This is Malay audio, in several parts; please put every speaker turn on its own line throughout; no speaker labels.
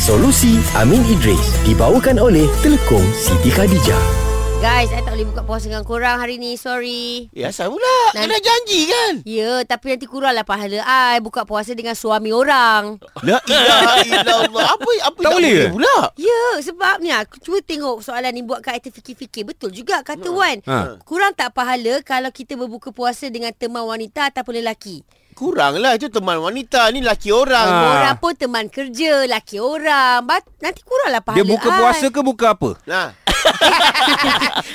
Solusi Amin Idris dibawakan oleh Telekom Siti Khadijah.
Guys, I tak boleh buka puasa dengan korang hari ni. Sorry.
Ya, asal pula? Kena
Nanti-
janji kan?
Ya, tapi nanti kuranglah pahala I buka puasa dengan suami orang.
La ilaha illallah. Apa apa
Ya, Tak boleh ke?
pula?
Ya, sebab ni aku cuba tengok soalan ni buat kat I terfikir-fikir. Betul juga kata Wan.
Ha.
Kurang tak pahala kalau kita berbuka puasa dengan teman wanita ataupun lelaki.
Kurang lah itu teman wanita ni laki
Ah.
orang.
Orang pun teman kerja, laki orang. Bat- nanti kuranglah pahala
Dia buka
I.
puasa ke buka apa?
Nah.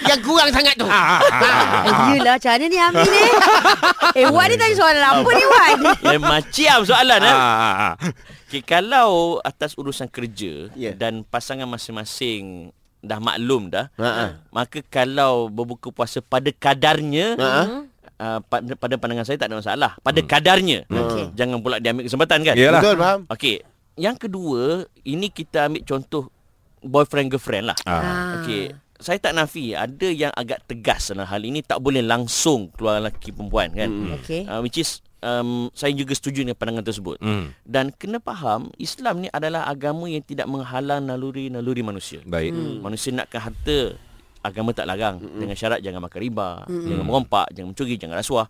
Yang kurang sangat tu.
Ah, ah, ah,
Eh, yelah, macam mana ni Amin ni? eh, Wan ni tanya soalan apa ni Wan?
Eh, macam soalan
ah,
eh.
ah, ah.
Okay, kalau atas urusan
Ya.
kerja yeah. dan pasangan masing-masing dah maklum dah,
Ha, ha.
maka kalau berbuka puasa pada kadarnya,
Ha, Hmm. ha.
uh, pada, pada pandangan saya tak ada masalah. Pada kadarnya.
Okey.
Jangan pula diambil kesempatan kan?
Yelah.
Betul faham?
Okey, yang kedua, ini kita ambil contoh boyfriend girlfriend lah.
Ah.
Okey, saya tak nafi ada yang agak tegas dalam hal ini tak boleh langsung keluar lelaki perempuan kan.
Hmm. Okey.
Uh, which is um, saya juga setuju dengan pandangan tersebut.
Hmm.
Dan kena faham Islam ni adalah agama yang tidak menghalang naluri-naluri manusia.
Baik.
Manusia nakkan harta agama tak larang mm dengan syarat jangan makan riba, mm jangan merompak, jangan mencuri, jangan rasuah.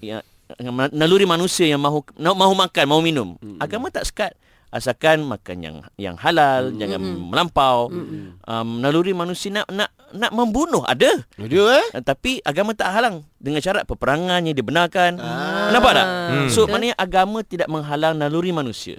Ya, ma- naluri manusia yang mahu na- mahu makan, mahu minum. Agama tak sekat asalkan makan yang yang halal, jangan melampau. Um, naluri manusia nak nak nak membunuh ada.
Dia eh?
Uh, tapi agama tak halang dengan syarat peperangannya dibenarkan. Ah. Nampak tak? Hmm. So maknanya agama tidak menghalang naluri manusia.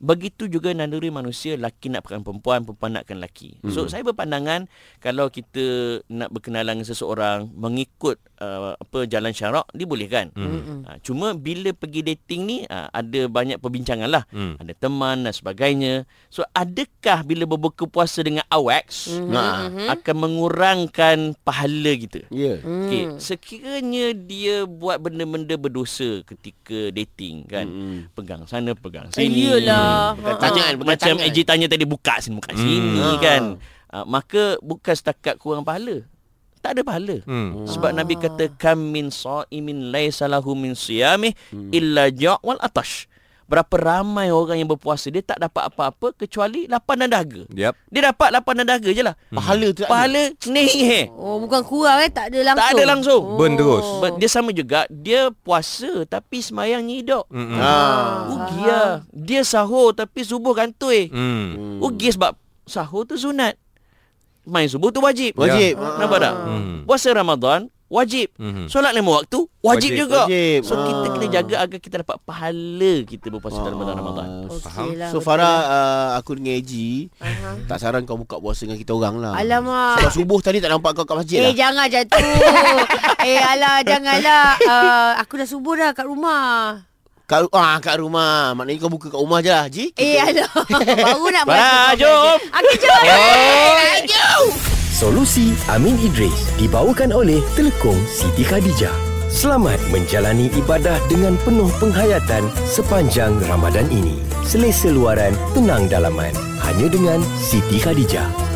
Begitu juga naluri manusia laki nak nakkan perempuan, perempuan nakkan laki. Hmm. So saya berpandangan kalau kita nak berkenalan dengan seseorang mengikut uh, apa jalan syarak dibolehkan. Hmm. Uh, cuma bila pergi dating ni uh, ada banyak perbincangan lah. Hmm. Ada teman dan sebagainya. So adakah bila berbuka puasa dengan awaks hmm.
Ha.
akan mengurangkan pahala kita?
Ya.
Okey, sekiranya dia buat benda-benda berdosa ketika dating kan. Mm. Pegang sana, pegang
Eh,
sini.
Yelah.
Bukan
Ha.
tangan, bukan
Hmm. Macam
tangan.
AJ tanya tadi buka sini, buka sini kan. Uh, maka bukan setakat kurang pahala. Tak ada pahala.
Hmm.
Sebab Nabi kata kam min saimin laisa lahu min siyamih illa ja' wal atash. Berapa ramai orang yang berpuasa dia tak dapat apa-apa kecuali lapan dan dahaga.
Yap.
Dia dapat lapan dan dahaga je lah.
Pahala tu tak ada.
Pahala ni
Oh, bukan kurang eh. Tak ada langsung. Oh.
Tak ada langsung.
Burn terus.
But dia sama juga Dia puasa Tapi semayangnya hidup mm.
Ha.
Rugi lah Dia sahur Tapi subuh kantoi mm.
Hmm.
Rugi sebab Sahur tu sunat Main subuh tu wajib
Wajib. Ha.
Ya. Nampak tak?
Mm.
Puasa Ramadan Wajib
Mhm.
Solat lima waktu Wajib,
Wajib.
juga
Wajib.
So kita
Ah.
kena jaga Agar kita dapat pahala Kita berpuasa dalam bulan Ramadan
Okey lah,
So
betul
Farah
lah.
uh, aku dengan Eji tak saran kau buka puasa dengan kita orang lah.
Alamak.
Sebab subuh tadi tak nampak kau kat masjid
Eh
lah.
jangan macam tu Eh alah janganlah uh, Aku dah subuh dah kat rumah
Kat, ah, kat rumah. Maknanya kau buka kat rumah je lah, Ji.
Eh alah Baru nak
Farah,
masuk
jom.
Aku jom
Oh.
Eh, jom
Solusi Amin Idris dibawakan oleh Telekom Siti Khadijah. Selamat menjalani ibadah dengan penuh penghayatan sepanjang Ramadan ini. Selesa luaran, tenang dalaman. Hanya dengan Siti Khadijah.